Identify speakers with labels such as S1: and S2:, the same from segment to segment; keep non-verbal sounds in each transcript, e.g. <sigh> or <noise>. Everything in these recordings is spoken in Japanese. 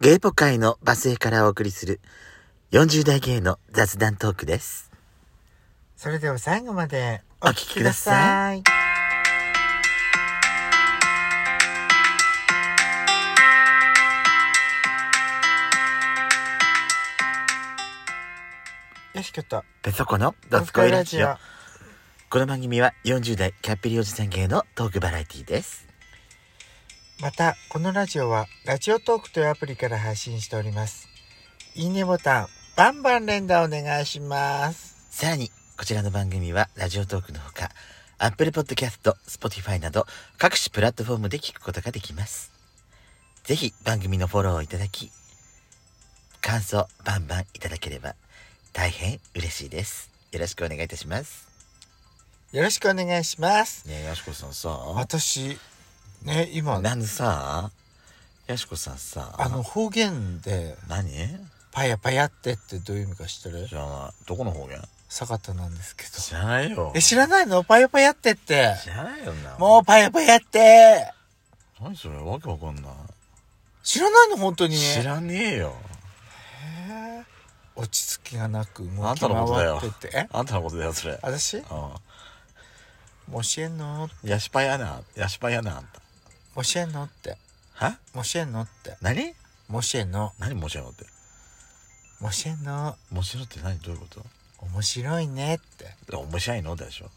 S1: ゲイポ界のバスへからお送りする40代ゲイの雑談トークです。
S2: それでは最後まで
S1: お聞きくださ
S2: い。よしこと、
S1: ペソコのドスコイラジオ。この番組は40代キャッピリおじさん芸のトークバラエティです。
S2: また、このラジオは、ラジオトークというアプリから配信しております。いいねボタン、バンバン連打お願いします。
S1: さらに、こちらの番組はラジオトークのほか、Apple Podcast、Spotify など各種プラットフォームで聞くことができます。ぜひ番組のフォローをいただき、感想バンバンいただければ大変嬉しいです。よろしくお願いいたします。
S2: よろしくお願いします。
S1: ねえ、やしこさんさ、
S2: 私、ね、今、
S1: なんでさ、やしこさんさ、
S2: あの、方言で、
S1: 何
S2: パヤパヤってってどういう意味か知ってる
S1: 知らない。どこの方言
S2: 坂田なんですけど。
S1: 知らないよ
S2: え、。知らないのパヤパヤってって。
S1: 知らないよな。
S2: もうパヤパヤって。
S1: う。何それわけわかんない。
S2: 知らないの本当に。
S1: 知らねえよ。
S2: へー落ち着きがなく
S1: あ
S2: 動
S1: ん
S2: き
S1: たのことだよ
S2: 回ってて。え。
S1: あんたのことだよ、それ。
S2: 私
S1: う
S2: もう教えんの
S1: ん。ヤシパやな。ヤシパやな、あんた。
S2: もう教えんのって。
S1: は
S2: もう教えんのって。
S1: 何
S2: もう教えんの。
S1: 何面白いのって。
S2: もう教えんの。
S1: 面白いって何どういうこ
S2: 面白いねって。
S1: と面白いのでしょ。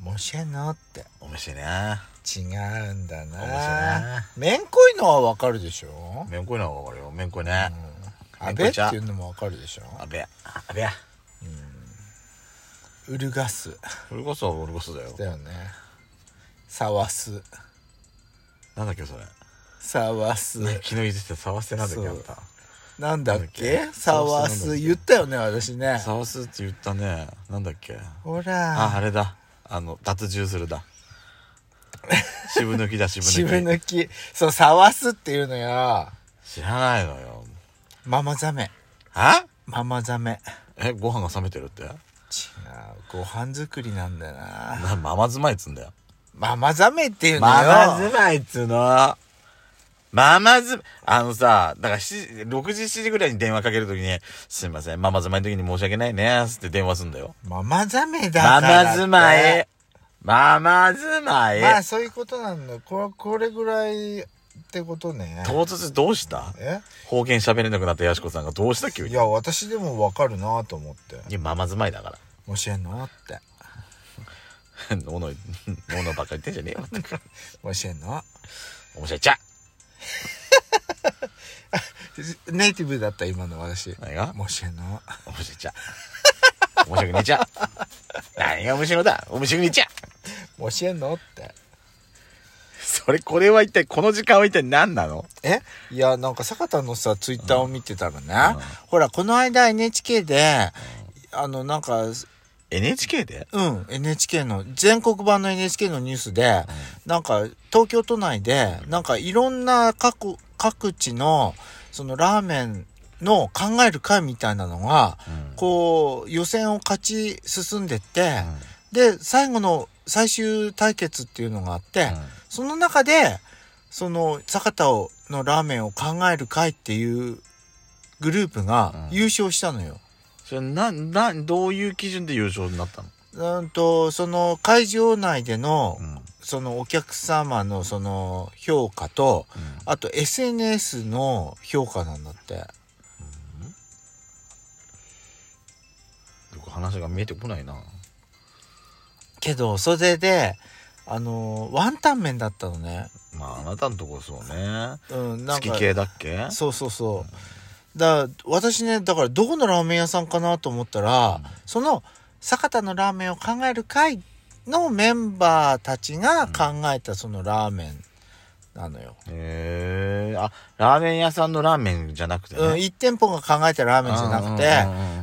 S2: もう教えんのって。
S1: 面白いな。
S2: 違うんだ
S1: 面白いな
S2: な。。めんこいのはわかるでしょ
S1: めんこいのはわかるよ。めんこいね。
S2: あ
S1: めんこ
S2: べ
S1: い
S2: っ
S1: ち
S2: て
S1: ゃん
S2: いうのもわかるでしょ
S1: あべや。あべや。
S2: うるがす。
S1: それこそ、俺こそだよ
S2: だ。よね。さわす。
S1: なんだっけ、それ。
S2: さわす。
S1: ね昨日言ってたサワセなんだっけあ
S2: そうん
S1: た
S2: なんだっ
S1: なん
S2: け
S1: だっけ
S2: サワ
S1: サワ
S2: ス
S1: ス
S2: 言ったよね私ね
S1: サワスって言ったねなんだっけ
S2: ほ
S1: ああ
S2: ら
S1: れだあの脱重する
S2: <laughs>
S1: だ渋抜きだ渋抜き
S2: 渋抜きそうサワスっていうのよ
S1: 知らないのよ
S2: ママザメ
S1: あ
S2: ママザメ
S1: えご飯が冷めてるって
S2: 違うご飯作りなんだよな
S1: なママズマイっつうんだよ
S2: ママザメっていうのよ
S1: ママズマイっつうのママズ、あのさ、だから7時、6時、7時ぐらいに電話かけるときに、すいません、ママズマイの時に申し訳ないね、つって電話すんだよ。
S2: ママザメだ
S1: マ
S2: からって
S1: マズマイママズマイ
S2: まあそういうことなんだこれこれぐらいってことね
S1: 唐突どうした
S2: え
S1: 方言喋れなくなったやしこさんがどうした急
S2: い
S1: にい
S2: や私でもわかるなと思って
S1: やママ住まいだから
S2: 教えんのって
S1: お <laughs> のおのばっかり言ってんじゃねえよ全く
S2: 教えんの
S1: 面白いっちゃ
S2: ネイティブだった今の私教
S1: 何が
S2: えんの
S1: 面白いっちゃ面白くねえち <laughs> ゃ何が面白いのだ面白くねえちゃ
S2: 教えんのって
S1: それこれは一体この時間は一体何なの
S2: えいやなんか坂田のさツイッターを見てたらね、
S1: うん
S2: ほらこの間 NHK で、あのなんかうん
S1: NHK で
S2: NHK の全国版の NHK のニュースで、なんか東京都内で、なんかいろんな各各地のそのラーメンの考える会みたいなのが、
S1: うん
S2: こう予選を勝ち進んでって
S1: う、ん
S2: で最後の最終対決っていうのがあって、その中で、その、坂田をのラーメンを考える会っていうグループが
S1: うん
S2: 優勝したのよ。
S1: それななどういう基準で優勝になったの
S2: うん、と、その会場内での、
S1: ん
S2: そのお客様のその評価と、あと SNS の評価なんだって。
S1: よく話が見えてこないな
S2: けど、それで、あの、ワンタン麺だったのね。
S1: まああなたのとこそうね
S2: うん、なん
S1: 月
S2: か。
S1: 系だっけ
S2: そうそうそう。だ私ね、だからどこのラーメン屋さんかなと思ったら、その坂田のラーメンを考える会のメンバーたちが考えたそのラーメンなのよ。
S1: へえあラーメン屋さんのラーメンじゃなくてね、
S2: うん、1店舗が考えたラーメンじゃなくて、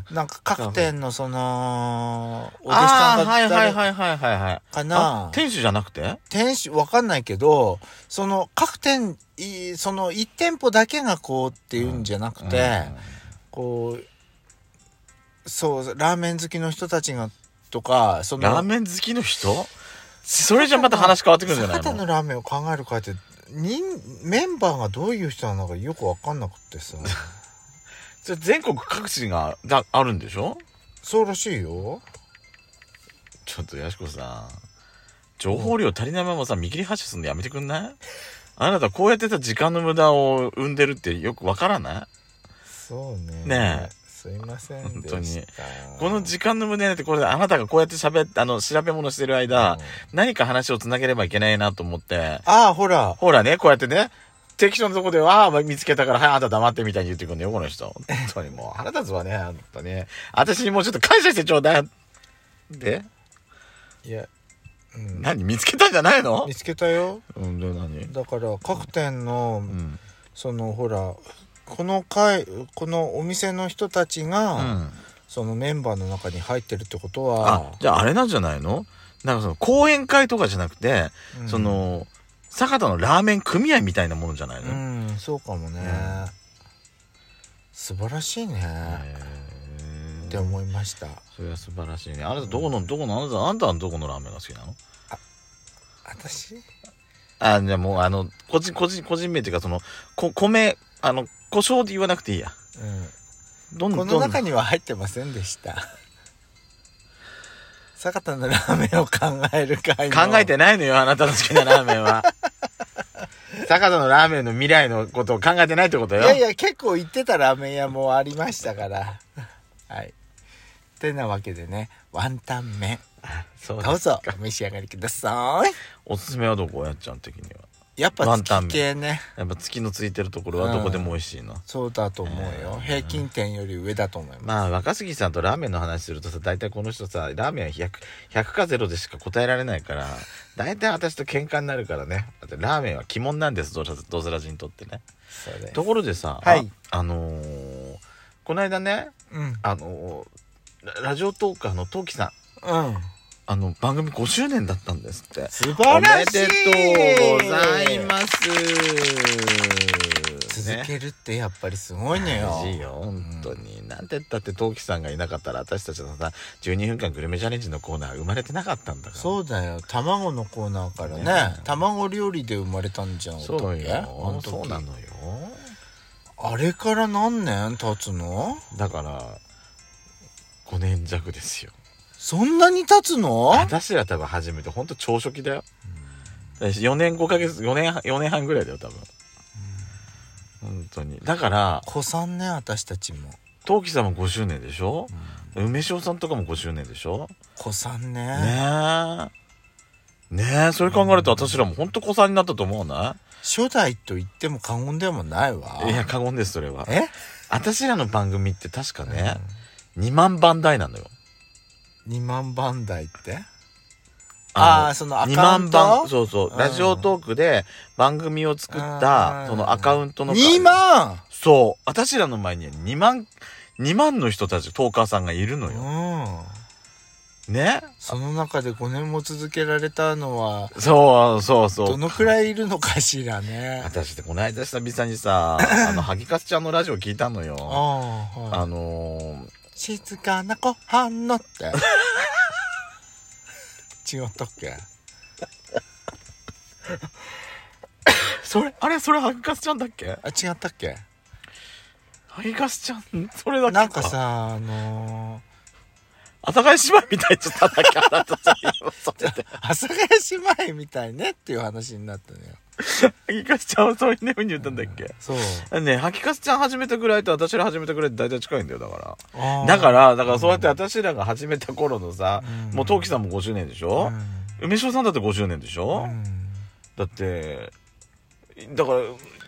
S1: くて
S2: なんか各店のその、お
S1: お
S2: 弟子さんが
S1: はいはい
S2: 誰
S1: はいはいはいはい
S2: か
S1: あ
S2: な。
S1: 店主じゃなくて
S2: 店主わかんないけど、その各店、いその1店舗だけがこうっていうんじゃなくて、こうそうラーメン好きの人たちがとかそ
S1: うん
S2: の
S1: ラーメン好きの人それじゃまた話変わってくるんじゃない
S2: 坂田
S1: の
S2: のラーメンを考える会ってにメンバーがどういう人なのかよく分かんなくっ
S1: <laughs>
S2: てさ
S1: じゃあ全国各地がだあるんでしょ
S2: そうらしいよ
S1: ちょっとやしこさん情報量足りないままさ見切り発車するのやめてくんないあなたこうやってた時間の無駄を生んでるってよくわからない
S2: そうね
S1: ねえ
S2: すいません
S1: 本
S2: で
S1: 当に
S2: した
S1: この時間の無駄になってこれであなたがこうやって喋っあの調べ物してる間、
S2: うん
S1: 何か話をつなげればいけないなと思って
S2: ああほら
S1: ほらねこうやってね適当なとこで「ああ見つけたからはいあんた黙って」みたいに言ってくんのよこの人本当にもう腹立つわねあんたね私にもうちょっと感謝してちょうだいで
S2: いや、うん、
S1: 何見つけたんじゃないの
S2: 見つけたよ
S1: うんで何
S2: だから各店の、
S1: うん
S2: そのほらこの会このお店の人たち
S1: う
S2: が、
S1: ん
S2: そのメンバーの中に入ってるってこと
S1: あ
S2: は
S1: じゃああれなんじゃないのなんかその講演会とかじゃなくて、
S2: うん
S1: その酒田のラーメン組合みたいなものじゃないうの、
S2: んそうかもね、
S1: うん
S2: 素晴らしいね、
S1: へー
S2: って思いました
S1: それは素晴らしいねあなたどこのどこのあなたあなたはどこのラーメンが好きなの
S2: 私
S1: あじゃあもうあの個人個人個人名っていうかそのこ米あの胡椒で言わなくていいやどん
S2: こ
S1: どん
S2: の中には入ってませんでした坂田のラーメンを考える会の
S1: 考えてないのよあなたの好きなラーメン
S2: <laughs>
S1: は坂田のラーメンの未来のことを考えてないってこと
S2: い
S1: よ
S2: やいや結構行ってたラーメン屋もありましたからはいてなわけでねワンタン麺
S1: そう
S2: ど
S1: で
S2: う
S1: す
S2: ぞお召し上がりくださ
S1: おすすめはどこやっちゃん的にはい
S2: やっぱ
S1: ワンタ
S2: 月
S1: ン麺
S2: 系ね
S1: やっぱ月のついてるところはどこでも美味しいの、
S2: そうだと思うよ、
S1: うん
S2: 平均点より上だと思います、
S1: まあ若杉さんとラーメンの話するとさ大体この人さラーメンは 100, 100か0でしか答えられないから大体私と喧嘩になるからねだってラーメンは鬼門なんですどうせどうせラジにとってね
S2: そうです
S1: ところでさ、
S2: はい
S1: ああのーこの間ね
S2: うんうん
S1: あのーララジオトーカーのトウキさんあの番組5周年だったんですって
S2: 素
S1: お
S2: 晴ら
S1: め
S2: しい
S1: でとうございます、ね
S2: 続けるってやっぱりすごいのよ
S1: 嬉しいよ本当に、なんて言ったってトウキさんがいなかったら私たちのさ12分間グルメチャレンジのコーナーは生まれてなかったんだから
S2: そうだよ卵のコーナーからね
S1: ね
S2: 卵料理で生まれたんじゃん
S1: そう
S2: おたけあ
S1: よ
S2: の時
S1: そうなのよ
S2: あれから何年経つの
S1: だから5年弱ですよ
S2: そんなに経つの
S1: 私ら多分初めてほんと朝食だよ4年5ヶ月4年4年半ぐらいだよ多分本当にだから
S2: 子さんね私たちも
S1: トウキさんも5周年でしょ、梅塩さんとかも5周年でしょ
S2: 子さんね
S1: ねえねえそれ考えると私らもほんと子さんになったと思わない
S2: 初代と言っても過言でもないわ
S1: いや過言ですそれは
S2: え
S1: 私らの番組って確かね、2万番台なのよ
S2: 2万番台ってあ
S1: あ
S2: あーそのア
S1: の2
S2: カウ
S1: 万
S2: ント
S1: 番そうそう、
S2: うん
S1: ラジオトークで番組を作っ
S2: う
S1: た
S2: ん
S1: そのアカウントの
S2: 2万
S1: そう私らの前には2万2万の人たちトーカーさんがいるのよ、
S2: うん
S1: ね
S2: その中で5年も続けられたのは
S1: そうそうそ
S2: ど
S1: う
S2: のくらいいるのかしらね
S1: 私ってこの間久々に
S2: <laughs>
S1: さあの萩勝ちゃんのラジオ聞いたのよあ
S2: ああ、はい
S1: のー
S2: 静かなご飯のって <laughs> 違ったっけ
S1: それあれそれ萩勝ちゃんだっけ
S2: あ違ったっけ
S1: 萩勝ちゃんそれだっけ
S2: なんかさあの
S1: 阿佐ヶ谷姉妹みたいになっちゃったんだっ
S2: <laughs>
S1: けあなたさ今それで
S2: ー、阿佐ヶ谷姉妹みたいねっていう話になったのよ
S1: 萩勝ちゃんはそういうふうに言ったんだっけ
S2: そう
S1: ね萩勝ちゃん始めたぐらいと私ら始めたぐらいって大体近いんだよだか
S2: あ
S1: ら
S2: ー
S1: だからだからそうやって私らが始めた頃のさ、
S2: うん
S1: もうトウキさんも5周年でしょ、梅塩さんだって5周年でし
S2: うん
S1: ょ、
S2: うん
S1: だってだから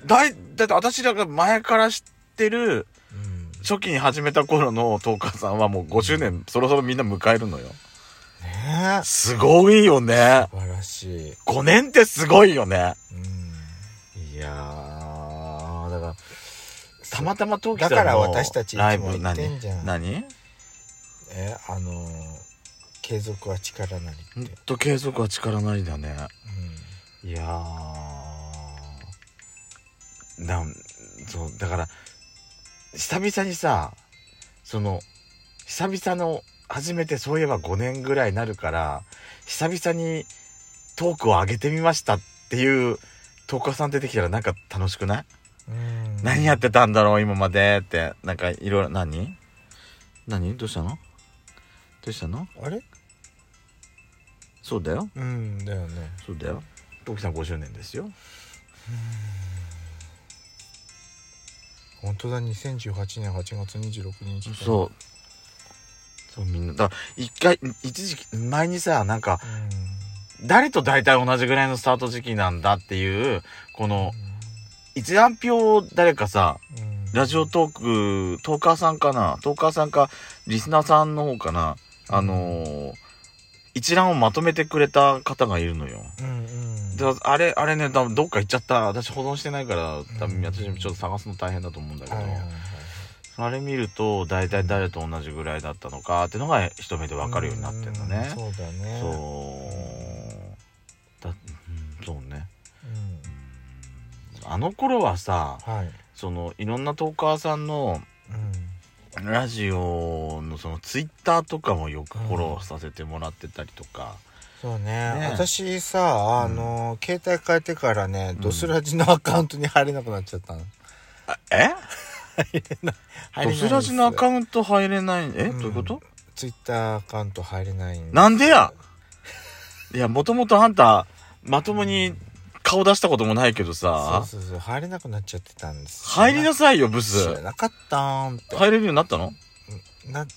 S1: だいだって私らが前から知ってる
S2: うん
S1: 初期に始めた頃のトーカーさんはもう5周年そろそろみんな迎えるのよ
S2: ねえ素
S1: すごいよね
S2: 晴らしい、
S1: 5年ってすごいよね
S2: うん、
S1: いやーだからたまたま東
S2: だから私たちいつも言ってんじゃん
S1: 何
S2: えあのー継続は力なりって、
S1: ほんと継続は力なりだね
S2: うん
S1: いやーなんそうだから久々にさその久々の初めてそういえば5年ぐらいになるから久々にトークを上げてみましたっていう十日さん出てきたらなんか楽しくない、
S2: うん
S1: 何やってたんだろう今までってなんかいろいろ何何どうしたのどうしたの
S2: あれ
S1: そうだよ
S2: うんだよね
S1: そうだよ徳さん50年ですよ
S2: 本当だ2018年8月26日
S1: そうそうみんなだから一回一時期前にさなんか
S2: ううん
S1: 誰と大体同じぐらいのスタート時期なんだっていうこの一覧表を誰かさ
S2: うん
S1: ラジオトークトーカーさんかなトーカーさんかリスナーさんの方かなあのー一覧をまとめてくれた方がいるのよ。
S2: うんうん
S1: だあれあれね多分どっか行っちゃった私保存してないから多
S2: う
S1: 分
S2: ん
S1: 私もちょっと探すの大変だと思うんだけど、
S2: はいはいはい
S1: あれ見ると大体誰と同じぐらいだったのかってのが一目で分かるようになってんのね
S2: う、んそうだね
S1: そうだうんそうね
S2: うん
S1: あの頃はさ
S2: はい
S1: そのいろんなトーカーさんの
S2: うん
S1: ラジオのそのツイッターとかもよくフォローさせてもらってたりとか、
S2: そうね
S1: ね
S2: 私さあの、携帯変えてからね、ドスラジのアカウントに入れなくなっちゃったの
S1: え
S2: 入れ
S1: ド
S2: ないんです
S1: スラジのアカウント入れないえ、
S2: うん
S1: どういうこと
S2: ツイッターアカウント入れないん
S1: なんでやいやもともとあんたまともに顔出したこともないけど
S2: そう
S1: さ
S2: そうそう入れなくなっちゃってたんです
S1: 入りなさいよブ
S2: 知
S1: ス
S2: らなかったーんって
S1: 入れるようになったの
S2: なうん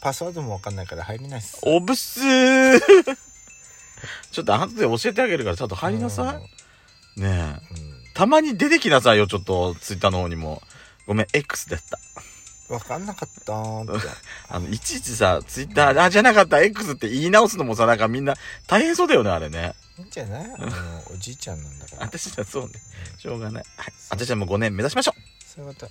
S2: パスワードもわかんないから入れないっす
S1: おぶっすーちょっと後で教えてあげるからちょっと入りなさいねえ
S2: うんうん
S1: たまに出てきなさいよちょっとツイッターの方にもごめん X だった
S2: わかんなかったーんって
S1: あのいちいちさツイッターあじゃなかった X って言い直すのもさなんかみんな大変そうだよねあれね
S2: いいんじゃないあ
S1: <laughs>
S2: のおじいちゃんなんだから
S1: 私はそうねしょうがない、はい、私はもう5年目指しましょう
S2: そういうこと